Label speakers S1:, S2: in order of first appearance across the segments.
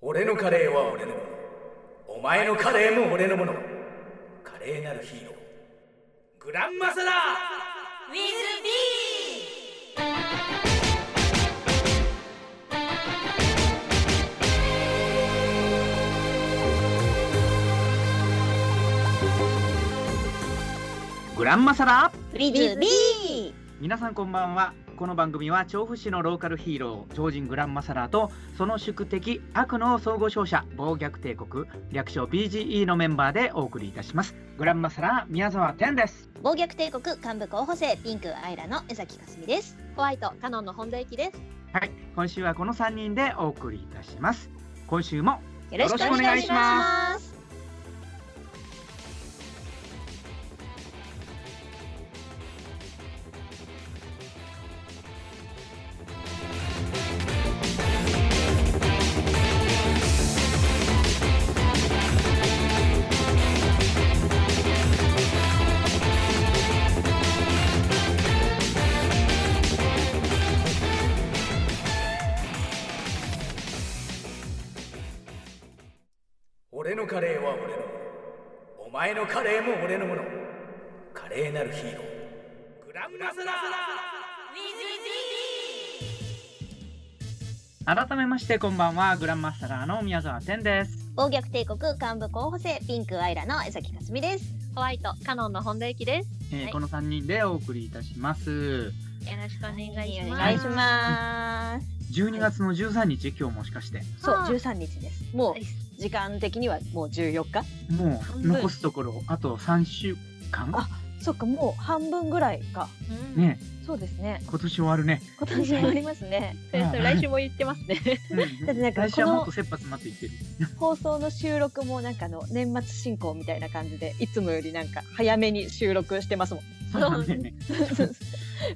S1: 俺のカレーは俺のものお前のカレーも俺のものカレーなるヒーローグランマ
S2: ウ
S1: サラ
S2: ィズビ
S3: グランマサラ
S2: ーウィズビー
S3: 皆さんこんばんはこの番組は調布市のローカルヒーロー超人グランマサラーとその宿敵悪の総合商社暴虐帝国略称 BGE のメンバーでお送りいたしますグランマサラー宮沢天です
S2: 暴虐帝国幹部候補生ピンクアイラの江崎かすみです
S4: ホワイトカノンの本田駅です。
S3: はい今週はこの3人でお送りいたします今週も
S2: よろしくお願いします
S1: 俺のカレーは俺のものお前のカレーも俺のものカレーなるヒーローグランマサラ
S3: 改めましてこんばんはグランマサラーの宮沢天です
S2: 暴虐帝国幹部候補生ピンクアイラの江崎かすみです
S4: ホワイトカノンの本田駅です。
S3: えー
S4: はい
S3: この3人でお送りいたします
S4: よろしくお願いし
S2: お
S4: ま
S2: 願い
S4: す。
S2: します
S3: 12月の13日今日もしかして
S5: そう
S4: あー
S5: 13日です。も
S4: はい、
S5: う時間的にはもう14日。
S3: もう
S5: 半分
S3: 残すところあと3週間
S5: あそっかもう半分ぐらいか。
S4: うん
S3: ね
S5: そうですね。
S3: 今年終わるね。
S5: 今年もありますね。
S4: それそれ来週も言ってますね。
S5: だってなんか
S3: 来週は
S5: この
S3: もっと切羽詰まっていってる。
S5: 放送の収録もなんかあの年末進行みたいな感じでいつもよりなんか早めに収録してますもん。
S3: そうなんだよね。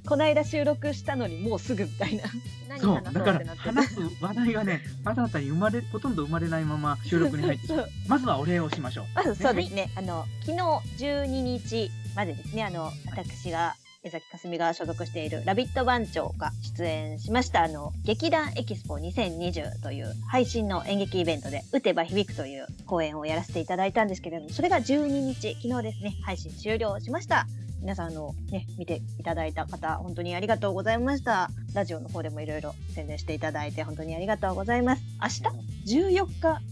S5: こないだ収録したのにもうすぐみたいな。
S4: 何
S3: そう
S4: 話
S3: だ
S4: そ
S3: か
S4: うってな
S3: ら
S4: ってる。
S3: 話す話題がね、新たに生まれほとんど生まれないまま収録に入ってき
S5: そう
S3: た。まずはお礼をしましょう。
S5: まずそうですね。あの昨日12日までですね。あの私が江崎かすみが所属しているラビット番長が出演しましたあの劇団エキスポ2020という配信の演劇イベントで打てば響くという公演をやらせていただいたんですけれども、それが12日昨日ですね配信終了しました。皆さんあのね見ていただいた方本当にありがとうございました。ラジオの方でもいろいろ宣伝していただいて本当にありがとうございます。明日14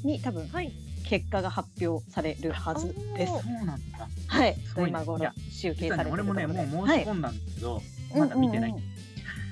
S5: 日に多分
S4: はい。
S5: 結果が発表されるはずです
S4: お。
S3: そうなんだ。
S5: はい、
S3: すごいね
S5: 今
S3: い
S5: 頃
S3: や
S5: 集計
S3: 実
S5: さ
S3: は
S5: れ
S3: ね
S5: て
S3: 俺
S5: る
S3: もね、
S5: ところで
S3: もう
S5: は
S3: 申
S5: い
S3: し込んだんだけど、まだ見てない
S5: うん。うんうん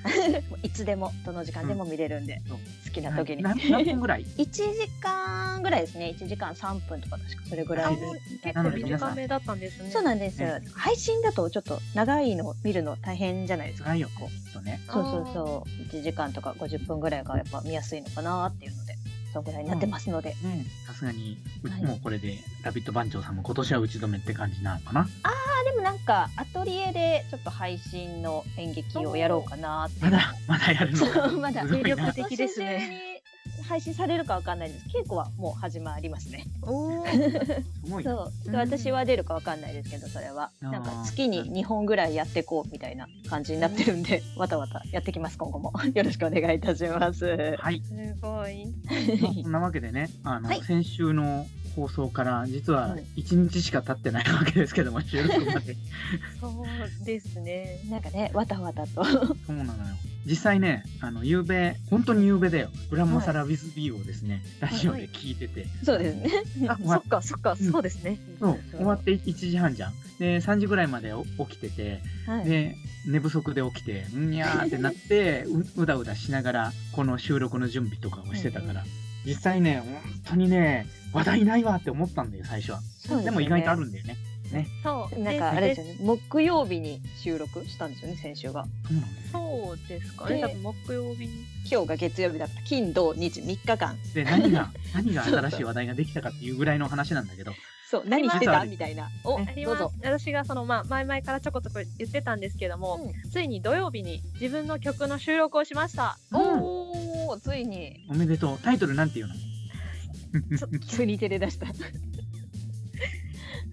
S5: もういつでもどの時間でも見れるんで、
S3: そう
S5: 好きな時に。
S3: な何 分ぐらい？
S5: 1時間ぐらいですね。1時間3分とか確かそれぐらいで
S3: あもう
S4: 結
S3: な
S4: 構
S3: ので皆さん
S4: 短めだったんですね。
S5: そうなんですよ
S3: ね。
S5: 配信だとちょっと長いの見るの大変じゃないですか。
S3: 辛いよ、こうきっとね。
S5: そうそうそう。1時間とか50分ぐらいがやっぱ見やすいのかなっていうので、そのぐらいになってますので。
S3: うん。さすがに、う
S5: はい
S3: もうこれでラビット番長さんも今年は打ち止めって感じなのか な。
S5: あでもなんかアトリエでちょっと配信の演劇をやろうかなってい
S3: ま
S5: う。
S3: だまだやるのか。
S5: そう まだ
S3: すごいな
S4: 精力的です
S5: 今年
S4: ね。
S5: 中に配信されるかわかんないです。稽古はもう始まりますね。
S4: おお。
S3: すごいね。
S5: そう。
S4: うん
S5: 私は出るかわかんないですけど、それは。
S3: あー
S5: なんか月に2本ぐらいやってこうみたいな感じになってるんで、わたわたやってきます、今後も。よろしくお願いいたします。
S3: はい。
S4: すごい。
S3: まあそんなわけでね、あの、
S2: はい
S3: 先週の放送から実は
S5: はい
S3: 1日しか経ってないわけですけども、収録まで。
S4: そうですね。
S5: なんかね、わたわたと。
S3: そうなのよ。実際ね、あの、ゆうべ、本当にゆうべだよ。グランマサラウィズビーをですね、ラジオで聞いてて、
S5: そうですね。
S4: あ、
S3: 終
S4: そ
S3: わ
S4: っかそっか、
S3: うん
S4: そうですね。
S3: そう、終わって1時半じゃん。で、3時ぐらいまでお起きてて、
S5: はい。
S3: で、寝不足で起きて、んにゃーってなって、ううだうだしながら、この収録の準備とかをしてたから、実際ね、本当にね、話題ないわって思ったんだよ、最初は。
S5: そ
S3: で
S5: うすよね
S3: も意外とあるんだよね。
S4: そう。
S5: なんかあれです
S4: で
S5: よね、木曜日に収録したんですよね、先週が。
S3: そうなんだよ。
S4: そうですかね。
S5: で
S4: 多分木曜日に。
S5: 今日が月曜日だった。金、土、日、3日間。
S3: で何が何が新しい話題ができたかっていうぐらいの話なんだけど
S5: そう、何
S3: あ
S5: して
S3: りま
S5: た
S3: す
S5: みたいな。お、
S4: あり
S5: ど
S4: ま
S5: う
S4: す
S5: ぞ。
S4: 私がそのまあ前々からちょこちょこ言ってたんですけども、ついに土曜日に自分の曲の収録をしました。
S5: おお、ついに。
S3: おめでとうタイトルなんていうの
S5: 急に照れ出した。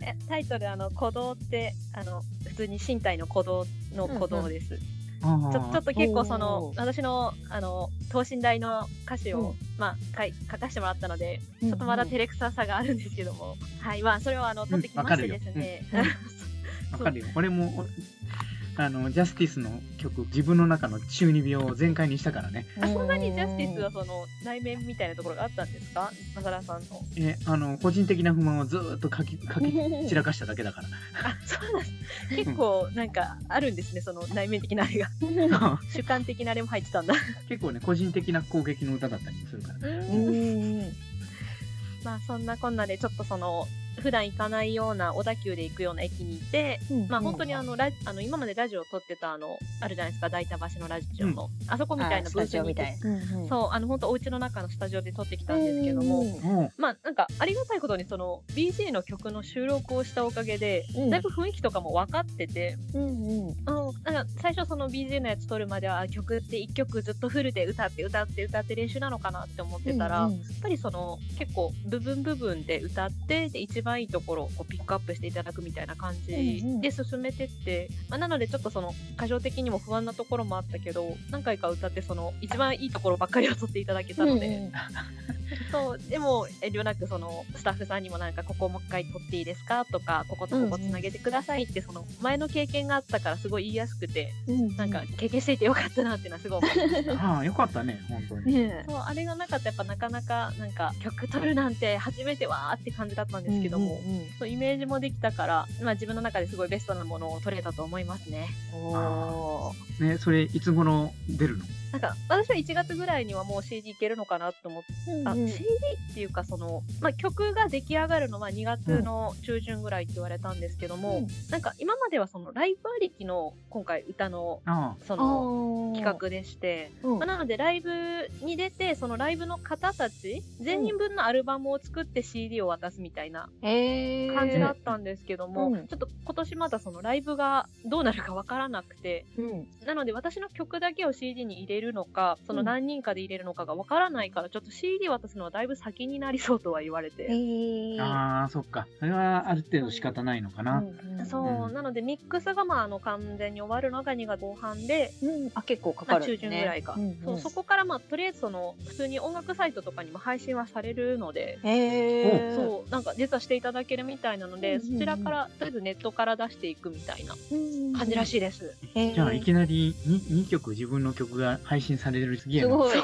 S4: えタイトルあの鼓動ってあの普通に身体の鼓動の鼓動です。
S3: あー
S4: ちょちょっと結構その
S5: おー
S4: 私のあの等身大の歌詞をまあ、かい書かせてもらったので、
S5: ち
S4: ちょっとまだ照れくささがあるんですけども、はい、まあ、それをあの取ってきましてですね、
S5: わかる
S3: わかるよ俺もおあのジャスティスの曲自分の中の中二病を全開にしたからね、
S4: あそんなにジャスティスはその内面みたいなところがあったんですか、マサラさん の。
S3: えあの個人的な不満をずーっと書き書き散らかしただけだから
S4: あ、そうなんです。結構なんかあるんですね、その内面的なあれが。主観的なあれも入ってたんだ。
S3: 結構ね個人的な攻撃の歌だったりもするから、
S5: うん
S4: まあ、そんなこんなで、ちょっとその。普段行かないような小田急で行くような駅にいて、まあ本当にあのラジあの今までラジオを撮ってたあのあるじゃないですか大田橋のラジオの、あそこみたいなブ
S5: あスタ
S4: ース
S5: ジオ
S4: に
S5: みたい
S2: うん
S4: そうあの本当お家の中のスタジオで撮ってきたんですけども、
S3: も
S4: まあなんかありがたいことにその BG の曲の収録をしたおかげで、
S5: うん
S4: だいぶ雰囲気とかも分かってて、
S5: うんうん
S4: あのなんか最初その BG のやつ撮るまではあ曲って1曲ずっとフルで歌って歌って歌って練習なのかなって思ってたら、
S5: うん
S4: やっぱりその結構部分部分で歌ってで一番いいところをこうピックアップしていただくみたいな感じ
S5: うんうん
S4: で進めてって、まあ、なのでちょっとその過剰的にも不安なところもあったけど何回か歌ってその一番いいところばっかりを撮っていただけたので。そうでも遠慮なくそのスタッフさんにもなんかここをもう一回取っていいですかとかこことここつなげてくださいってその前の経験があったからすごい言いやすくて
S5: うん
S4: なんか経験していてよかったなっていうのはすごい思いまし
S3: う
S4: た。
S3: ああよかったね本当に、
S5: ね
S4: そうあれがなかったらやっぱなかなかなんか曲取るなんて初めてわーって感じだったんですけども、
S5: うんうんうん
S4: そうイメージもできたから、まあ、自分の中ですごいベストなものを取れたと思いますね。
S5: おー
S3: ねそれいつ頃出るの
S4: なんか私は1月ぐらいにはもう CD いけるのかなと思ってあ
S5: うんうん
S4: CD っていうかその、まあ、曲が出来上がるのは2月の中旬ぐらいって言われたんですけども、なんか今まではそのライブありきの今回歌の
S3: あ
S4: そ
S5: あ
S4: の
S5: ー
S4: 企画でして、
S5: うん
S4: まあ、なのでライブに出てそのライブの方たち全員分のアルバムを作って CD を渡すみたいな
S5: えー
S4: 感じだったんですけども、
S5: うん
S4: ちょっと今年まだそのライブがどうなるかわからなくて
S5: うん
S4: なので私の曲だけを CD に入れるのかその
S5: うん
S4: 何人かで入れるのかがわからないから、ちょっと CD 渡すのはだいぶ先になりそうとは言われて、
S3: あ
S5: え
S3: ああそっかそれはある程度仕方ないのかな、
S4: そう、
S3: うん
S4: なのでミックスがまああの完全に終わるのが2月後半で、
S5: うん、あ結構か
S4: ま
S5: か
S4: あ、
S5: る、ね、
S4: 中旬ぐらいか、
S5: うんうん
S4: そうそこからまあとりあえずその普通に音楽サイトとかにも配信はされるので。
S5: へー
S4: そうなんか実はしていただけるみたいなので、
S5: うんうんう
S4: そ
S5: ん
S4: ちらからとりあえずネットから出していくみたいな
S5: うん
S4: 感じらしいです、
S5: へー
S3: じゃあいきなり 2, 曲自分の曲が配信されるすげえ
S5: す
S3: な
S5: ごい
S3: う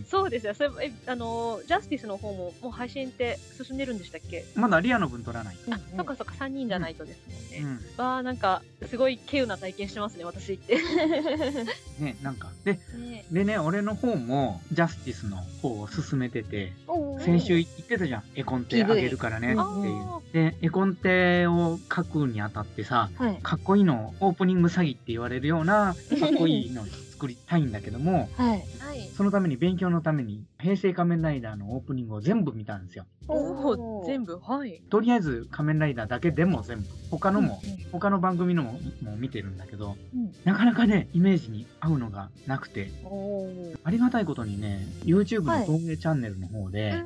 S3: ん
S4: そうですよそれえあのージャスティスの方ももう配信って進んでるんでしたっけ
S3: まだリアの分取らない、
S5: うんうん
S4: そっかそっか3人じゃないとですもんね、
S3: うん
S4: わあなんかすごい稀有な体験してますね私って
S3: ね、なんかででね俺の方もジャスティスの方を進めてて
S5: おー
S3: 先週言ってたじゃん絵コンテあげるからね
S5: う
S3: っ
S5: ん
S4: あ
S3: ていう
S4: ー
S3: で絵コンテを書くにあたってさ
S5: はい
S3: かっこいいのオープニング詐欺って言われるようなかっこいいの作りたいんだけども
S5: は
S4: は
S5: い
S4: い
S3: そのために勉強のために「平成仮面ライダー」のオープニングを全部見たんですよ。
S4: おお全
S5: 部
S4: 部はい
S3: とりあえず「仮面ライダー」だけでも全部他のも、
S5: うんうん
S3: 他の番組のもも見てるんだけど、
S5: うん
S3: なかなかねイメージに合うのがなくてありがたいことにね YouTube
S5: は
S3: の
S5: い
S3: 東映チャンネルの方で、
S4: は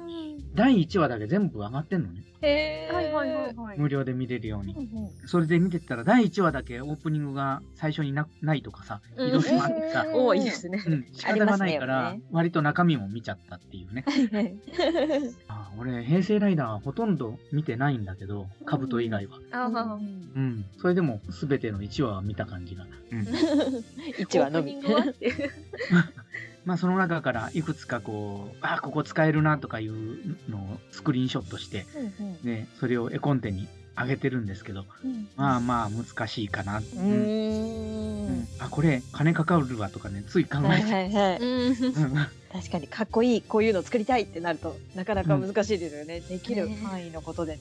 S3: 第1話だけ全部上がってんのね
S5: へ
S4: いはいはいはい
S3: 無料で見れるように
S5: う。んうん
S3: それで見てたら第1話だけオープニングが最初になないとかさ
S4: うん
S3: 移動しまってさ、
S5: うん
S4: 多いですね
S3: うん、仕
S5: あ
S3: 方
S5: りま
S3: が
S5: す
S3: な
S5: ね
S3: いから、
S5: よくね
S3: 割と中身も見ちゃったっていうねあ俺平成ライダーはほとんど見てないんだけど兜以外は、
S4: あー
S3: うんそれでも全ての1話は見た感じが、うん、
S5: 一話のみ
S4: オープニングはっていう
S3: まあその中からいくつかこうあここ使えるなとかいうのをスクリーンショットして、ね、それを絵コンテに上げてるんですけどまあまあ難しいかな、
S5: う
S3: うん
S5: ー
S3: うんんあこれ金かかるわとかねつい考
S5: はい
S3: えちゃ
S5: はいは
S4: う
S5: い
S4: ん
S3: ううん
S5: 確かにかっこいいこういうの作りたいってなるとなかなか難しいですよね、できる
S4: ね
S5: 範囲のことで、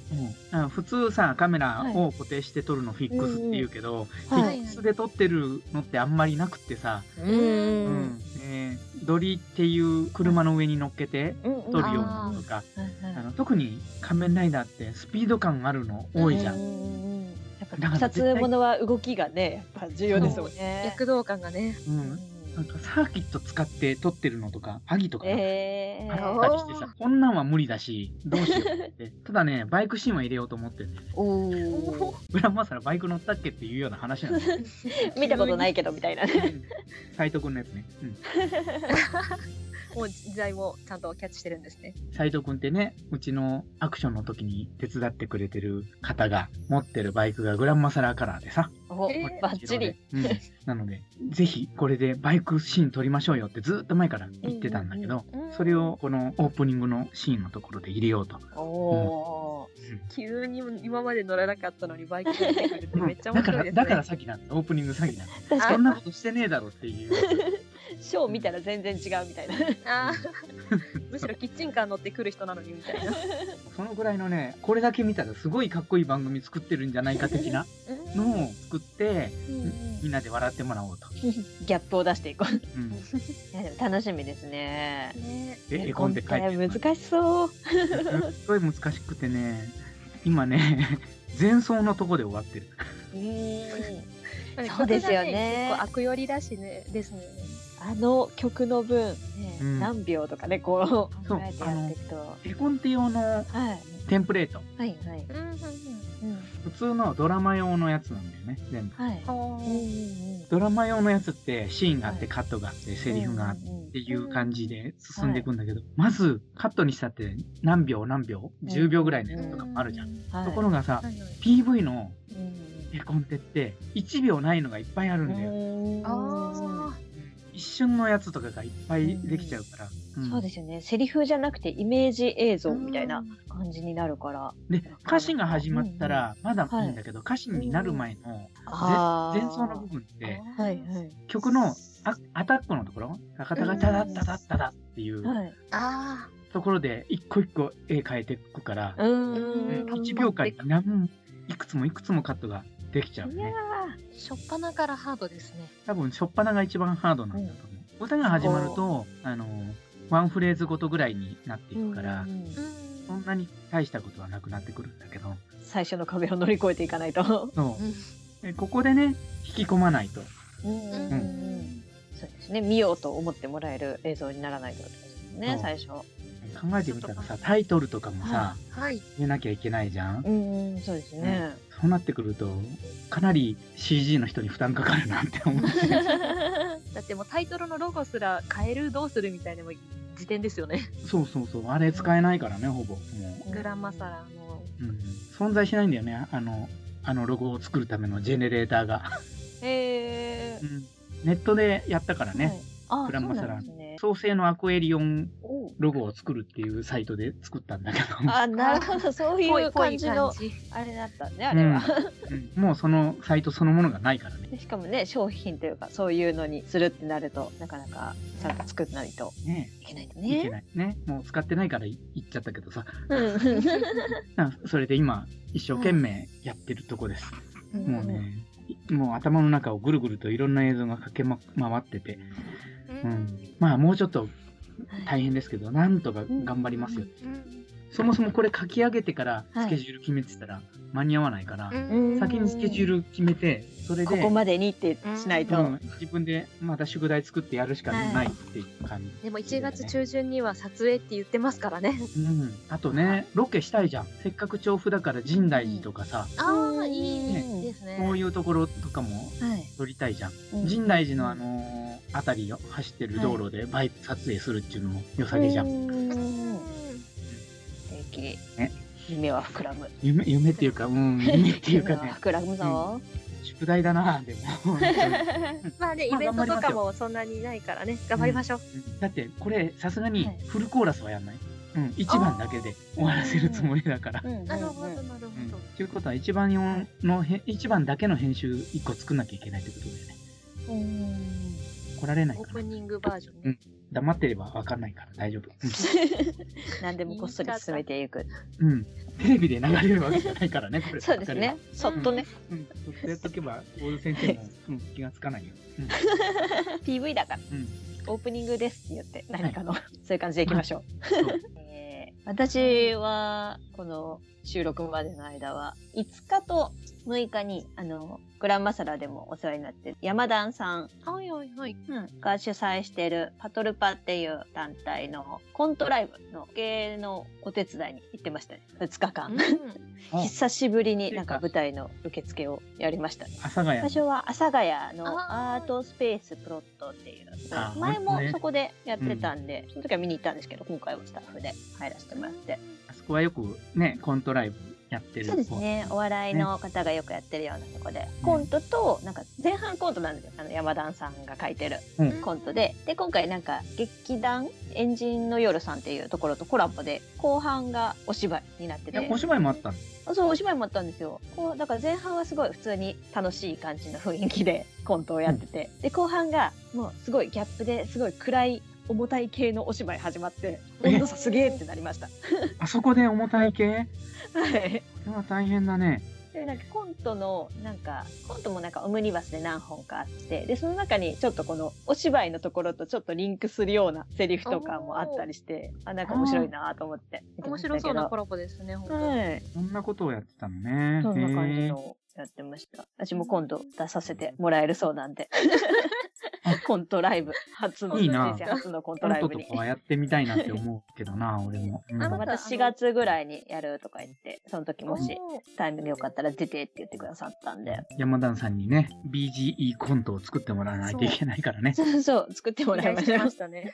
S3: うんあ、普通さカメラを固定して撮るのフィックスって言うけど、フィックスで撮ってるのってあんまりなくってさ、
S5: う
S3: うんんえードリっていう車の上に乗っけて
S5: うんうん
S3: 撮るようなのとか、
S5: はい
S3: あ
S5: はい
S3: の特に「仮面ライダー」ってスピード感あるの多いじゃ。
S5: うんんうんうんやっ
S3: だから
S5: ぱ撮影ものは動きがねやっぱ重要ですもんね。
S4: 躍動感がね
S3: う
S5: うん
S3: んなんかサーキット使って撮ってるのとかアギとかね
S5: え
S3: あ
S5: ー
S3: ったりしてさ、こんなんは無理だしどうしようって ただねバイクシーンは入れようと思ってるんだよね
S5: お ー
S3: グランマサラバイク乗ったっけっていうような話なんだよ
S5: 見たことないけどみたいな。
S3: 斉藤君のやつね、うん
S4: もう時代をちゃんとキャッチしてるんですね。
S3: 斉藤君ってね、うちのアクションの時に手伝ってくれてる方が持ってるバイクがグランマサラーカラーでさ。
S5: お
S4: えー
S5: バッチリ。
S3: うん。なので、ぜひこれでバイクシーン撮りましょうよってずっと前から言ってたんだけど、それをこのオープニングのシーンのところで入れようと。
S5: お
S4: 急に今まで乗らなかったのにバイクで出てくるって
S3: うん
S4: めっちゃ
S3: だ
S4: 面
S3: か
S4: 白い
S3: ら、
S4: ですね。
S3: だから詐欺なんだ。オープニング詐欺なんだ。
S5: ー確
S3: そ
S5: か
S3: んなことしてねえだろっていう。
S5: にショー見たら全然違うみたいな
S4: あー むしろキッチンカー乗ってくる人なのにみたいな。
S3: そのぐらいのね、これだけ見たらすごいかっこいい番組作ってるんじゃないか的なのを作って、みんなで笑ってもらおうと。
S5: ギャップを出していこう
S3: うん、
S5: いやでも楽しみですね
S4: ね
S3: で、絵コンテ書いてる
S5: 今回難しそう
S3: すごい難しくてね、今ね、 前奏のとこで終わってる。
S5: そうですよね
S4: 結構悪よりだしねですね。
S5: あの曲の分、ね
S3: うん
S5: 何秒とかねこう
S3: そう
S5: 考えてやっていくとは
S3: 絵コンテ用の
S5: いは
S3: テンプレート。
S5: いはい
S4: うんうんうん。
S5: うん
S3: 普通のドラマ用のやつなんだよね、全部。
S5: はいうんうんうん
S3: ドラマ用のやつってシーンがあっ
S5: は
S3: て
S5: い
S3: カットがあってセリフがあって
S5: うんうんうん
S3: っていう感じで進んでいくんだけど、まずカットにしたって何秒何秒、
S5: ん
S3: ?10 秒ぐらいのやつとかもあるじゃん。
S5: はい
S3: ところが
S4: は
S3: さ、
S4: いはい
S3: PV の
S5: うんうん
S3: 絵コンテって1秒ないのがいっぱいあるんだよ。
S5: うん
S4: あ
S3: 一瞬のやつとかがいっぱいできちゃうから。うん
S5: そうですよねセリフじゃなくてイメージ映
S4: あ
S5: 像みたいな。感じになるから
S3: で歌詞が始まったらまだいいんだけど、歌詞になる前の
S5: あ
S3: 前
S5: ー
S3: 奏の部分って
S5: はいはい
S3: 曲のあアタックのところタカタカタダッタダッタダっていう
S5: はい
S4: あ
S3: ところで一個一個絵変えていくから、
S5: うん
S4: うん
S3: ね
S5: うん
S4: うん
S3: 1秒間に何いくつもいくつもカットができちゃう
S5: いや
S3: ね
S4: ー初っ端からハードですね。
S3: 多分初っ端が一番ハードなんだと思う、歌が始まるとあのワンフレーズごとぐらいになっていくから、
S5: うんうんうん
S3: そんなに大したことはなくなってくるんだけど
S5: 最初の壁を乗り越えていかないと
S3: そう、
S4: うん
S3: でここでね引き込まないと
S5: うんうん
S3: う
S5: そうですね見ようと思ってもらえる映像にならないとです
S3: そ
S5: ね
S3: う
S5: 最初
S3: 考えてみたらさタイトルとかもさ
S5: は
S4: はい。
S3: 入れなきゃいけないじゃん
S5: うんうんそうですね
S3: そうなってくるとかなり CG の人に負担かかるなって思う
S4: だってもうタイトルのロゴすら変えるどうするみたいなのも時点ですよね。
S3: そうそうそうあれ使えないからねほぼもう、
S4: グランマサラの。
S3: うん、存在しないんだよねあのあのロゴを作るためのジェネレーターが、
S5: へえ
S3: うんネットでやったからね、
S5: あ
S3: グランマサラ
S5: そうなんですね
S3: 創生のアクエリオン
S5: おう
S3: ロゴを作るっていうサイトで作ったんだけど
S5: あなるほど そう
S4: ぽ
S5: い
S4: いうぽ
S5: 感
S4: い
S5: じの
S4: 感じ。
S5: あれだったねあれは、
S3: うんうんもうそのサイトそのものがないからね
S5: でしかもね商品というかそういうのにするってなるとなかなかちゃんと作らないと
S3: ね
S5: いけないんだ
S3: いけ
S5: ね。
S3: ないねもう使ってないからい言っちゃったけどさ
S5: うん
S3: なそれで今一生懸命やってるとこです、
S5: うん
S3: もうねいもう頭の中をぐるぐるといろんな映像が駆け、ま、回ってて、うん、まあもうちょっと大変ですけどなんとか頑張りますよ、そもそもこれ書き上げてから
S5: はい
S3: スケジュール決めてたら間に合わないから、
S5: うん
S3: 先にスケジュール決めてそれで
S5: ここまでにってしないと、
S3: うん自分でまた宿題作ってやるしかないっていう感じ、
S4: でも1月中旬には撮影って言ってますからね。
S3: うん、あとねロケしたいじゃんせっかく調布だから深大寺とかさ、
S4: ああ、
S5: う
S4: い
S5: ん
S4: いですね。
S3: こういうところとかも
S5: はい
S3: 撮りたいじゃん、
S5: うん
S3: 深大寺のあのー辺りを走ってる道路でバイク撮影するっていうのも良さげじゃん、
S5: うん素敵
S3: ね
S5: 夢は膨らむ
S3: 夢夢っていうか うん夢っていうか
S5: 夢
S3: ね
S5: は膨らむぞ、
S3: 宿題だなでも本当に
S4: まあね、イ
S3: まあ
S4: ベントと
S3: 頑張ります
S4: か
S3: よ
S4: もそんなにないからね、頑張りましょう。
S3: だってこれさすがに
S5: はい
S3: フルコーラスはやんない、うん、1番だけで終わらせるつもりだから、
S5: うんうんうん
S4: なるほど、なるほ
S3: うん
S4: ど。
S3: ということは1番用のへ一番だけの編集1個作んなきゃいけないってことだよね
S5: うん
S3: 来られない
S4: オ
S3: か
S4: ー
S3: な
S4: プニングバージョン
S3: う
S4: ね
S3: ん。黙ってれば分かんないから大 丈夫、
S5: 何でもこっそり進めていく。
S3: うんうん、テレビで流れるわけじゃないからねこれ
S5: そうですね。そっとね、
S3: うん、そっとやっとけば大津先生も、うん、気がつかないよ、 うん
S5: PV だから、
S3: うん
S5: オープニングですって言って、何かの、そういう感じでいきましょう。
S3: そう
S5: えー私はこの収録までの間は、5日と6日に、あの、グランマサラでもお世話になってる、山田さん
S4: はいはいはい。
S5: が主催しているパトルパっていう団体のコントライブの系のお手伝いに行ってましたね。2日間。
S3: うん
S5: 久しぶりになんか舞台の受付をやりましたね。
S3: 阿佐ヶ
S5: 最
S3: 谷
S5: 初は阿佐ヶ谷の
S4: あー
S5: アートスペースプロットっていう
S3: あ
S5: 前も
S3: ね
S5: そこでやってたんで、その時は見に行ったんですけど今回はスタッフで入らせてもらって、
S3: あそこはよくねコントライブやってる
S5: そうですねお笑いの方がよくやってるようなとこで、コントとなんか前半コントなんですよあの山田さんが書いてる
S3: うん
S5: コントで、で今回なんか劇団エンジンの夜さんっていうところとコラボで後半がお芝居になってて
S3: えお芝居もあったんです
S5: あそうお芝居もあったんですよこうだから前半はすごい普通に楽しい感じの雰囲気で コントをやってて、で後半がもうすごいギャップですごい暗い重たい系のお芝居始まって
S3: え
S5: 温度差すげえってなりました。
S3: あそこで重たい系
S5: はい
S3: これは大変だね
S5: でなんかコントのなんかコントもなんかオムニバスで何本かあってでその中にちょっとこのお芝居のところとちょっとリンクするようなセリフとかもあったりしてあなんか面白いなと思って見て
S4: 面
S5: ました
S4: 白
S5: けど
S4: そうなコラボですね、本当。
S5: はい
S3: こんなことをやってたのね
S5: そんな感じ
S3: へー
S5: のをやってました。私も今度出させてもらえるそうなんで。 コントライブ初の
S3: いいな
S5: 人生初のコン
S3: コ
S5: ト
S3: ン
S5: ライ
S3: ト
S5: ブ
S3: と
S5: に
S3: か。はやってみたいなって思うけど な俺も、うん
S4: あ
S5: ま
S4: の
S5: た4月ぐらいにやるとか言って、その時もし
S4: おー
S5: タイミングよかったら出てって言ってくださったんで。
S3: 山田さんにね BGE コントを作ってもらわないといけないからね
S5: そうそう、作ってもらいました。
S4: たね。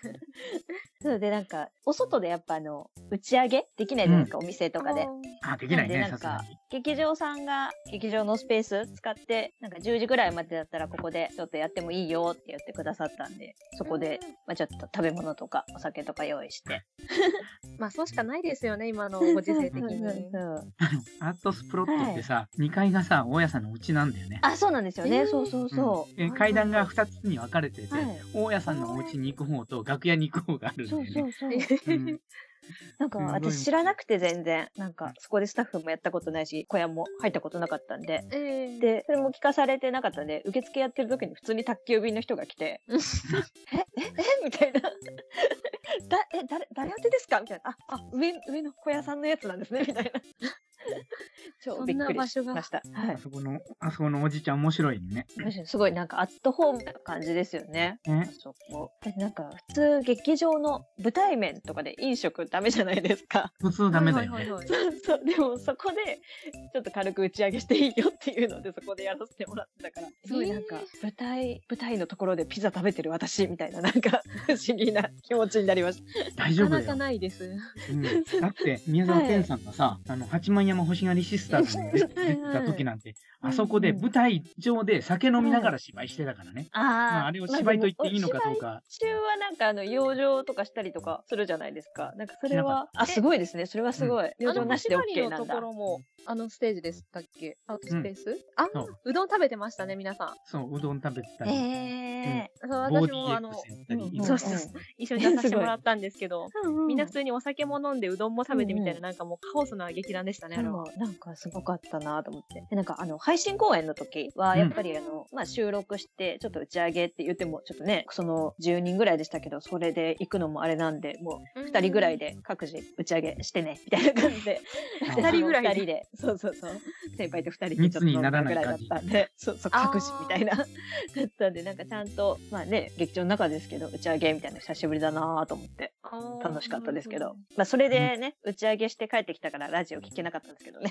S5: そうで、なんか、お外でやっぱあの、打ち上げできないじゃないですか、お店とかで。
S3: あできないね
S5: な
S3: さ
S5: ん
S3: す
S5: でなん
S3: が
S5: か劇場さんが劇場のスペース使ってなんか10時ぐらいまでだったらここでちょっとやってもいいよって言ってくださったんでそこで、まあ、ちょっと食べ物とかお酒とか用意して
S4: まあそうしかないですよね、今のご時世的に。
S5: うん
S3: にアートスプロットってさ、二2階がさ大家さんの家なんだよね
S5: あそうなんですよね、
S4: えー
S5: そうそうそ
S3: うんえ階段が2つに分かれてて、
S5: う、はい
S3: 大家さんのお家に行く方と楽屋に行く方があるんだ
S5: そ
S3: よ
S5: う
S3: ね
S5: そうそう
S3: うん
S5: なんか
S3: すごい
S5: 私知らなくて全然なんかそこでスタッフもやったことないし小屋も入ったことなかったんで
S4: ええ
S5: でそれも聞かされてなかったんで受付やってる時に普通に宅急便の人が来て「えええみたいな「だえ誰誰宛てですか?」みたいな「ああ上上の小屋さんのやつなんですね」みたいな超
S4: そ
S5: びっ
S4: んな
S5: く
S4: 場
S5: りし
S4: 所が
S5: ました。は
S3: あ
S5: い
S3: そこのあそこのおじちゃん面白いね
S5: むしろすごいなんかアットホームな感じですよね。あ
S3: ね
S5: そこ。でなんか普通劇場の舞台面とかで飲食ダメじゃないですか。
S3: 普通ダメだよね
S4: はい
S5: そうそう。でもそこでちょっと軽く打ち上げしていいよっていうのでそこでやらせてもらってたから、すごいなんか舞台、舞台のところでピザ食べてる私みたいななん か不思議な気持ちになりました。
S3: 大丈
S4: なか
S3: 夫だ
S4: なか
S3: よ、
S4: ないです。
S3: うんだって宮沢賢さんがさ、あの八幡山星狩りシスターズに出
S4: はいはい
S3: た時なんてあそこで舞台上で酒飲みながら芝居してたからね、
S5: あ、
S3: まあ、あれを芝居と言っていいのかどう
S5: まあ。でもお芝居
S3: か
S5: 中はなんかあの養生とかしたりとかするじゃないですか。なんかそれ
S3: しな
S5: はあすごいですね。それはすごい。養
S4: あ
S5: 生
S4: の、
S5: な
S4: マ
S5: し
S4: シ
S5: で
S4: バリ
S5: OK
S4: の
S5: な
S4: と
S5: ん
S4: こ
S5: だ。
S4: ろも、あのステージでしたっけアウトスペース、あ
S3: そう
S4: うどん食べてましたね、皆さん。
S3: そううどん食べてた
S5: え
S3: り、
S5: え
S4: そう
S3: ボ
S4: 私
S3: デ
S4: も、
S3: ィ
S4: あ
S3: エッ
S4: の
S3: ク、スやったり、
S5: うん
S3: いろいろ
S4: そうそうそう一緒に出させてもらったんですけど、
S5: うん
S4: みんな普通にお酒も飲んで、うどんも食べてみたい
S5: うんう
S4: な、なんかもうカオスな劇団でしたね、あれは。
S5: そうなんかすごかったなと思って。でなんかあの、配信公演の時は、やっぱりあの、まあ収録して、ちょっと打ち上げって言っても、ちょっとね、その10人ぐらいでしたけど、それで行くのもあれなんで、もう2人ぐらいで各自打ち上げしてね、みたいな感じで。
S3: あ
S4: 二人ぐらいで
S5: 2人で、そうそうそう。先輩と2人でちょっと
S3: 密になら
S5: 飲
S3: なんい
S5: だぐら
S3: 感
S5: い
S3: じ
S5: だったんで、そうそう、
S4: あー
S5: 各自みたいな。だったんで、なんかちゃんと、まあね、劇場の中ですけど、打ち上げみたいなの久しぶりだなと思って。
S4: あー
S5: 楽しかったですけど。。まあ、それでね、打ち上げして帰ってきたからラジオ聞けなかったんですけどね。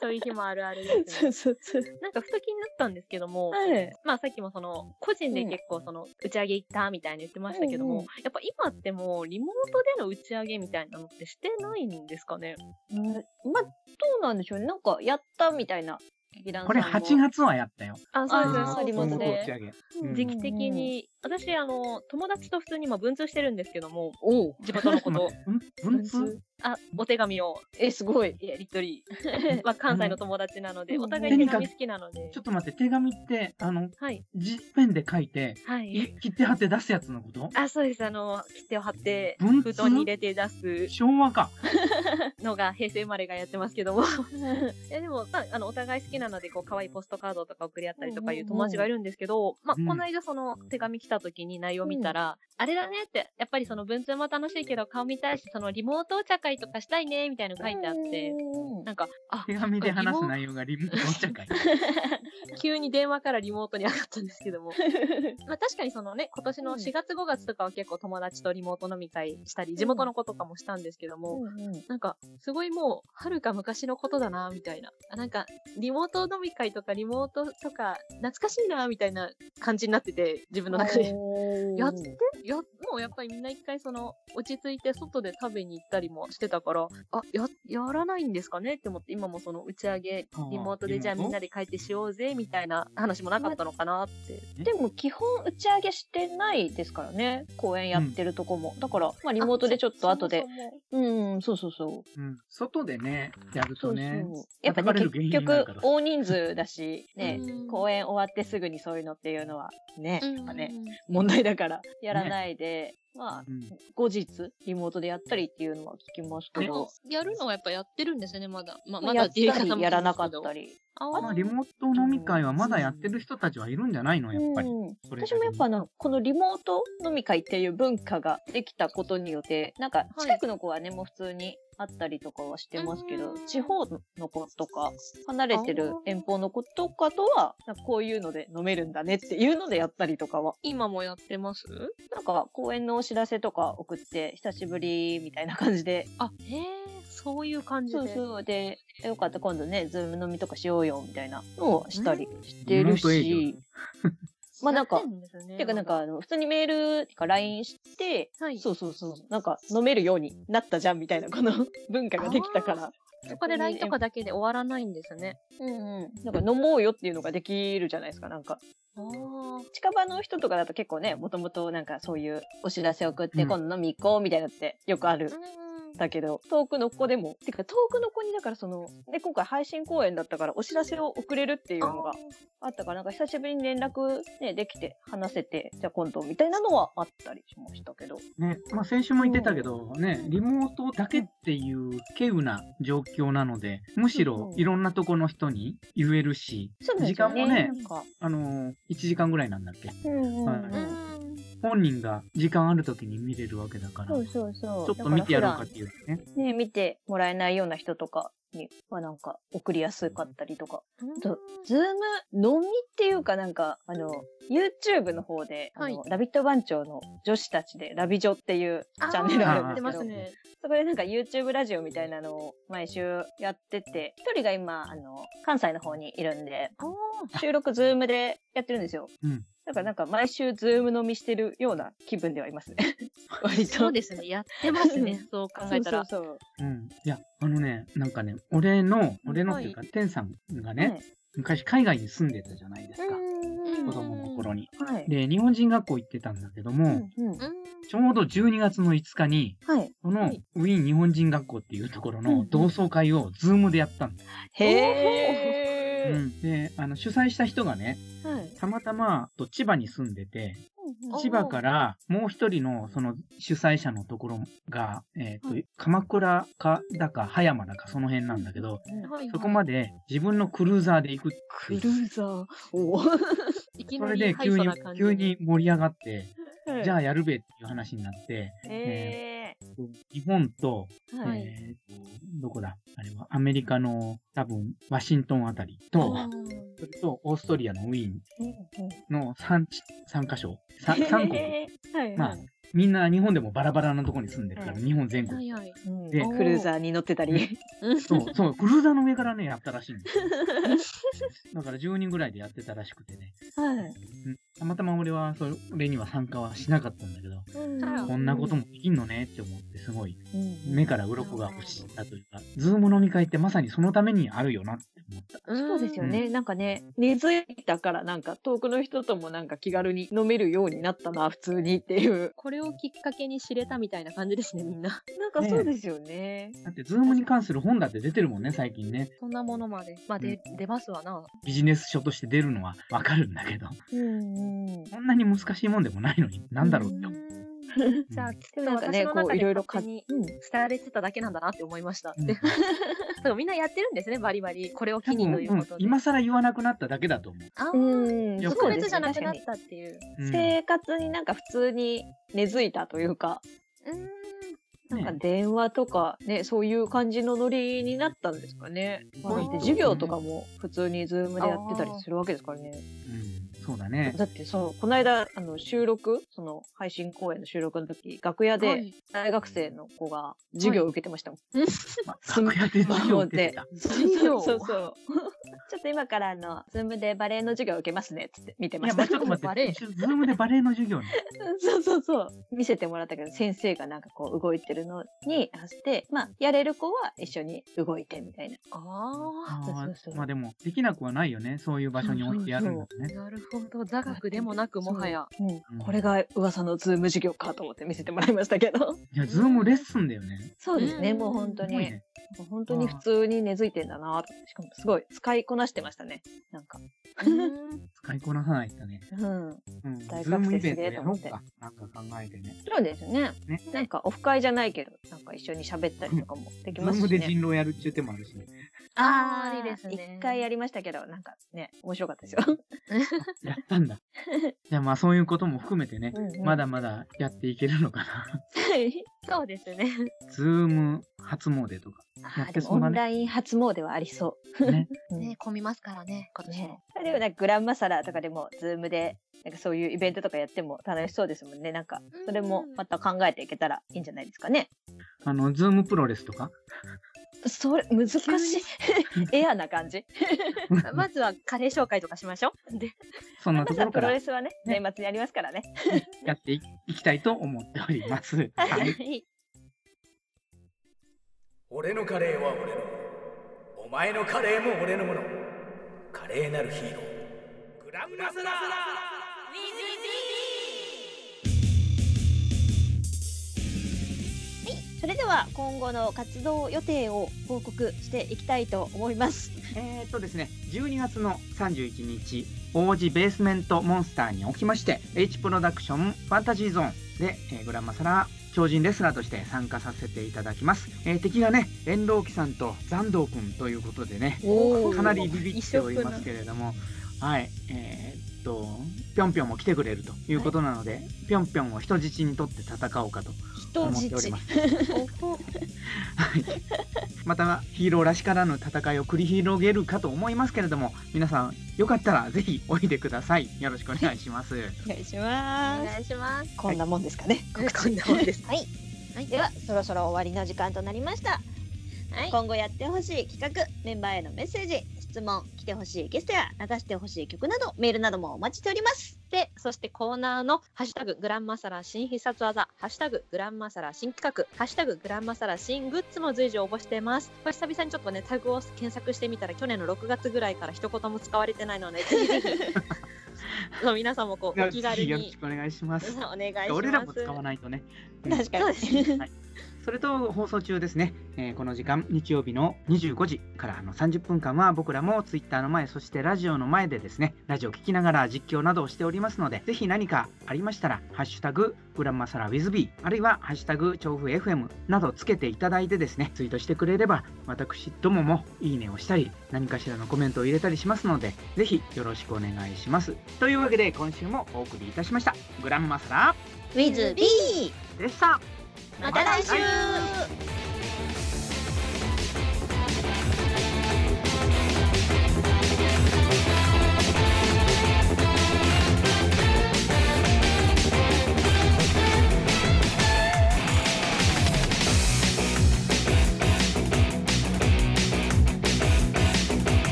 S4: そういう日もあるあるです
S5: そ
S4: ね
S5: う。そうそう。
S4: なんかふと気になったんですけども、
S5: はい。
S4: まあさっきもその、個人で結構その、打ち上げ行ったみたいに言ってましたけども、
S5: うんうん
S4: やっぱ今ってもう、リモートでの打ち上げみたいなのってしてないんですかね
S5: まあ、どうなんでしょうね。なんか、やったみたいな劇団さ
S3: こ
S5: んも
S3: れ8月はやったよ。
S4: あ、
S5: そう
S3: うん
S5: ですそうリモートで
S3: コンコ打ち上げ。うん
S4: 時期的に、私、あの、友達と普通に今文通してるんですけども、
S5: おう
S4: 地元のこと
S3: 待、ってん文通
S4: あ、お手紙を、
S5: え、すごい。
S4: やりとり、まあ関西の友達なので、
S5: うん
S4: お互い手紙好きなので
S3: ちょ、っと待って、手紙って、あの、
S4: はい、
S3: 実ペンで書いて、
S4: はい。
S3: い切手貼って出すやつのこと
S4: あ、そうです。あの、切手を貼って、
S3: 文
S4: 封
S3: 通
S4: 筒に入れて出す
S3: 昭和か。
S4: のが平成生まれがやってますけども。いやでも、まあ、あの、お互い好きなので、こう、可愛いポストカードとか送り合ったりとかいう友達がいるんですけど、まあ、
S3: うん
S4: この間その手紙来た時に内容見たら、あれだねって、やっぱりその文通も楽しいけど、顔見たいし、そのリモートお茶会とかしたいねみたいなの書いてあって、
S5: うん
S4: なんか、あ、
S3: 手紙で話す内容がリモート社会。
S4: 急に電話からリモートに上がったんですけども。まあ確かにそのね、今年の4月5月とかは結構友達とリモート飲み会したり、地元の子とかもしたんですけども、 なんか、すごいもう、はるか昔のことだな、みたいな。あなんか、リモート飲み会とか、リモートとか、懐かしいな、みたいな感じになってて、自分の中で。やってや、もうやっぱりみんな一回その、落ち着いて外で食べに行ったりもしてたから、あ、や、やらないんですかねって思って、今もその打ち上げ、リモートでじゃあみんな
S3: で。
S4: で帰ってしようぜ、みたいな話もなかったのかなって。
S5: でも基本打ち上げしてないですからね公演やってるとこも、だから、まあ、リモートでちょっと後で
S4: そもそも
S5: うんうんそうそうそう
S3: うん外でね、やる
S5: そ
S3: と
S5: う
S3: ね。
S5: そうやっぱ
S3: 叩かれ
S5: ね
S3: る原因
S5: 結
S3: になる
S5: 局
S3: から
S5: 大人数だしね、
S4: うん
S5: 公演終わってすぐにそういうのっていうのはね、
S4: うん
S5: やっぱね問題だからやらないで、まあ
S3: うん
S5: 後日リモートでやったりっていうのは聞きますけ
S4: で
S5: ど
S4: も、やるのはやっぱやってるんですよね、まだ。まあ、ま
S5: まあ
S4: だ
S5: や
S4: っ
S5: って
S4: いう
S5: た
S4: 言い方
S5: り
S4: も
S5: やらなかった
S4: り。
S5: り。
S4: あ
S3: ま
S4: ー
S3: あ、リモート飲み会はまだやってる人たちはいるんじゃないのやっぱり。
S5: うん
S3: それだけ
S5: 私もやっぱあのこのリモート飲み会っていう文化ができたことによってなんか
S4: い
S5: 近くの子はね、もう普通にあったりとかはしてますけど
S4: うん
S5: 地方の子とか離れてる遠方の子とかとはなんかこういうので飲めるんだねっていうのでやったりとかは
S4: 今もやってます
S5: なんか公演のお知らせとか送って久しぶりみたいな感じで
S4: あ、へえ、そういう感じで。
S5: そうそうでよかった今度ねズーム飲みとかしようよみたいなのをしたりして
S3: リモ
S5: る
S3: ート営業
S5: しまあなんか
S4: やってんですよね
S5: てかなんか、あの普通にメールてか LINE して
S4: まだはい。
S5: そうそうそう。なんか飲めるようになったじゃんみたいな、この文化ができたから。
S4: そこで LINE とかだけで終わらないんですね。
S5: うんうん。なんか飲もうよっていうのができるじゃないですか、なんか。
S4: ああ。
S5: 近場の人とかだと結構ね、もともとなんかそういうお知らせ送って、
S3: うん
S5: 今度飲み行こうみたいなのってよくある。
S4: うん。
S5: だけど、遠くの子でも。てか、遠くの子に、だからその、で、今回配信公演だったから、お知らせを送れるっていうのがあったから、なんか久しぶりに連絡ね、できて、話せて、じゃあ今度みたいなのはあったりしましたけど。
S3: ね、まあ先週も言ってたけど、ね、リモートだけっていう稀有な状況なので、むしろいろんなとこの人に言えるし、
S5: そうなんです
S3: 時
S5: よ
S3: 間
S5: ね。
S3: もね
S5: なんか。
S3: あのー、1時間ぐらいなんだっけ
S5: うんうん
S3: は
S5: う。
S4: うんん。
S3: 本人が時間ある時に見れるわけだから、
S5: そう
S3: ち
S5: そうそう。
S3: ょっと見てやろうかっていうね。
S5: ね、見てもらえないような人とかにはなんか送りやすかったりとか。そうズームのみっていうかなんか、あの、YouTube の方で、あの、
S4: は
S5: ラビット番長の女子たちでラビジョっていうチャンネル
S3: あ
S5: あ
S3: ー
S5: るん
S4: やって
S5: ですけ
S4: ます
S5: ど、
S4: ね。
S5: そこでなんか YouTube ラジオみたいなのを毎週やってて、一人が今、あの、関西の方にいるんで、
S4: おー
S5: 収録ズームでやってるんですよ。
S3: うん
S5: だからなんか毎週ズーム飲みしてるような気分ではいますね。割と。
S4: そうですね。やってますね。そう考えたら。
S5: そうそうそう
S3: うん。いや、あのね、なんかね、俺の、俺のっ
S4: はい
S3: ていうか、天さんが
S5: は
S3: ね
S5: い、
S3: 昔海外に住んでたじゃないですか。
S5: う
S3: 子供の頃に。
S5: ん。はい。
S3: で、日本人学校行ってたんだけども、
S5: うんうん
S4: うん。
S3: ちょうど12月の5日に、
S5: はい。
S3: こ
S4: は
S3: の
S4: い
S3: ウィーン日本人学校っていうところ
S5: うんう
S3: の
S5: ん
S3: 同窓会をズームでやったんだ、う
S5: へー。
S3: んで、あの、主催した人がね、
S4: はい。
S3: たまたまと千葉に住んでて、
S4: お
S3: 千葉からもう一人のその主催者のところが、えっ、と、
S4: は
S3: 鎌倉かだか葉山だかその辺なんだけど、
S4: はい。
S3: そこまで自分のクルーザーで行くって
S5: ク
S3: いう
S5: ルーザー。おー
S4: いき
S3: そ
S4: な
S3: れ
S4: り
S3: で
S4: ハイ
S3: 急
S4: ソ
S3: に
S4: な感、じ
S3: 急に。盛り上がって、じゃ
S5: あ、
S3: あやるべっていう話になって、
S5: へ
S3: 日本と、
S5: ー
S4: はい
S3: えーとどこだあれは、アメリカの多分、ワシントンあたりと、
S4: うん
S3: それとオーストリアのウィーン
S5: うんうん
S3: の3、三箇所、さ三国。
S5: へーはいはい
S3: まあみんな日本でもバラバラなとこに住んでるから、
S5: うん
S3: 日本全国。
S4: はいはい。
S5: うん
S3: で
S5: クルーザーに乗ってたり。
S3: そう、そう、クルーザーの上からね、やったらしいんですよ。だから10人ぐらいでやってたらしくてね。
S5: はい。
S3: うんたまたま俺は、それには参加はしなかったんだけど、
S4: うん
S3: こんなこともできんのねって思って、すごい
S5: うん
S3: 目から鱗が落ちたというか、ズーム飲み会ってまさにそのためにあるよなって思った。
S5: そうですよね。なんかね、根付いたから、なんか遠くの人ともなんか気軽に飲めるようになったな、普通にっていう。
S4: これをきっかけに知れたみたいな感じですね、みんな。
S5: なんかそうですよね。
S3: だって、ズームに関する本だって出てるもんね、最近ね。
S4: そんなものまで。まあ、で、出ますわな。
S3: ビジネス書として出るのはわかるんだけど、
S5: うんうん。
S3: こんなに難しいもんでもないのに、なんだろうって
S4: う
S3: 思う。
S4: ん
S3: うん
S4: じゃあ、
S3: うん
S4: きっと
S5: でもなんか
S4: 私
S5: ね、
S4: の
S5: こ
S4: 中
S5: うい
S4: で
S5: ろいろ
S4: 勝手に伝われてただけなんだなって思いました。で、多分みんなやってるんですね、バリバリ。これを
S3: 多
S4: 機に
S3: 分、
S4: という
S3: う
S4: こ
S3: ん
S4: とで。
S3: 今更言わなくなっただけだと思う。
S4: あ
S5: う
S4: ー
S5: ん。
S3: やっ
S4: 特
S3: ぱり
S5: そうで
S4: 別
S5: すね
S4: じゃなく
S5: 確
S4: な
S5: か
S4: っ
S5: に
S4: たっていう。
S3: うん
S5: 生活になんか普通に根付いたというか、
S4: うん。
S5: なんか電話とかね、そういう感じのノリになったんですかね。まあだって授業とかも普通にズームでやってたりするわけですからね。
S3: うん、そうだね。
S5: だってそう、この間、あの、収録、その、配信公演の収録の時、楽屋
S4: は
S5: で
S4: い
S5: 大学生の子が授業を受けてましたもん。
S3: まあ、楽屋で授業ってた。
S5: 授業
S4: そうそう。
S5: ちょっと今からあの、ズームでバレエの授業を受けますね、っつって見て
S3: い
S5: ま
S3: や、
S5: し
S3: まあ、
S5: た。
S3: ちょっと待
S4: バ
S3: っ
S4: レ
S3: て、
S4: エ
S3: ズームでバレエの授業に。
S5: そうそうそう。見せてもらったけど、先生がなんかこう動いてるのに合わせて、まあ、やれる子は一緒に動いてみたいな。
S4: あ
S3: あ
S5: そうそうそ
S3: ー
S5: う
S3: まあでも、できなくはないよね。そういう場所に置いてやるんだ
S4: あ、
S3: ね。
S4: なるほど。座学でもなく、もはや。
S5: うん。これが噂のズーム授業かと思って見せてもらいましたけど。
S3: いや、ズームレッスンだよね。
S5: そうですね、
S4: うん
S5: もう本当
S3: す
S5: に。
S3: ごいね。
S5: もう本当に普通に根付いてんだなってしかもすごい使いこなしてましたね。なんか。
S3: 使いこなさないとね。
S5: うん。
S3: うん。ズ
S5: 大
S3: ー
S5: 学
S3: ムイベ
S5: 生す
S3: ント
S5: げ
S3: や
S5: えと
S3: ろ
S5: 思っ
S3: う
S5: て
S3: か。なんか考えてね。
S5: そうですね。
S3: ね
S5: なんかオフ会じゃないけど、なんか一緒に喋ったりとかもでき
S3: ズ
S5: ま
S3: ー
S5: す
S3: ム
S5: し
S3: で
S5: ね。
S3: 人狼やるっていう手もあるしね。
S5: あー
S4: あーいいですね
S5: 一回やりましたけど、なんかね、面白かったですよ。
S3: やったん だ。じゃあまあそういうことも含めてね、
S5: うんうん
S3: まだまだやっていけるのかな。
S5: はい。
S4: そうですね。
S3: ズーム初詣とか。や
S5: あ
S3: っ
S5: ー
S3: て
S5: で
S3: そ
S5: も
S3: う
S5: オ
S3: だ
S5: ン
S3: ね。
S5: ライン初詣はありそ
S3: ね
S5: う。うん
S6: ね、混みますからね、今年
S5: ね
S6: も。、
S5: でもなんかグランマサラとかでも、ズームで、なんかそういうイベントとかやっても楽しそうですもんね。なんか、それもまた考えていけたらいいんじゃないですかね。
S3: あの、ズームプロレスと か。
S5: それ、難しい。 エアな感じ。
S4: まずはカレー紹介とかしましょう。で、
S3: そんなとこ
S5: まずは
S3: ろ
S5: プ
S3: か
S5: ロ
S3: ら
S5: レスはね、
S3: ね
S5: 年末にありますからね。
S3: やっていいきたいと思っており ます。はい
S5: い。
S1: 俺のカレーは俺のお前のカレーも俺のものカレーなるヒーローグランマサラ
S2: それでは今後の活動予定を報告していきたいと思います。
S3: えーっとですね、12月の31日、王子ベースメントモンスターにおきまして、H プロダクションファンタジーゾーンで、えーグランマサラ超人レスラーとして参加させていただきます。えー敵がね、遠藤貴さんと残道くんということでね、
S4: お
S3: かなりビビっておりますけれども、はい、えーっと、ぴょんぴょんも来てくれるということなので、ぴょんぴょんを人質にとって戦おうかと
S5: 人
S3: 思っており
S5: 質
S3: ま。す。はい、またヒーローらしからぬ戦いを繰り広げるかと思いますけれども皆さんよかったらぜひおいでくださいよろしくお願いします
S5: お願いします。
S6: 願いします。
S5: こんなもんですかね。こんなもんです。
S2: はい。ではそろそろ終わりの時間となりました。
S6: はい
S2: 今後やってほしい企画、メンバーへのメッセージ、質問、来てほしいゲストや流してほしい曲など、メールなどもお待ちしております。
S6: で、そしてコーナーの、ハッシュタググランマサラ新必殺技、ハッシュタググランマサラ新企画、ハッシュタググランマサラ新グッズも随時応募してます。これ久々にちょっとね、タグを検索してみたら、去年の6月ぐらいから一言も使われてないので、ぜひぜひそう皆さんもこう、お気軽
S3: よろし
S6: に。
S3: くお願いします
S6: お願いします。
S3: 俺らも使わないとね
S5: 確か
S6: そうで
S5: に。
S6: すね。
S3: それと放送中ですね、えーこの時間日曜日の25時からの30分間は僕らもツイッターの前そしてラジオの前でですねラジオを聞きながら実況などをしておりますのでぜひ何かありましたら「ハッシュタググランマサラ WithB」あるいは「ハッシュタグ調布 FM」などつけていただいてですねツイートしてくれれば私どももいいねをしたり何かしらのコメントを入れたりしますのでぜひよろしくお願いしますというわけで今週もお送りいたしましたグランマサラ
S2: With B!
S3: でした
S2: また来週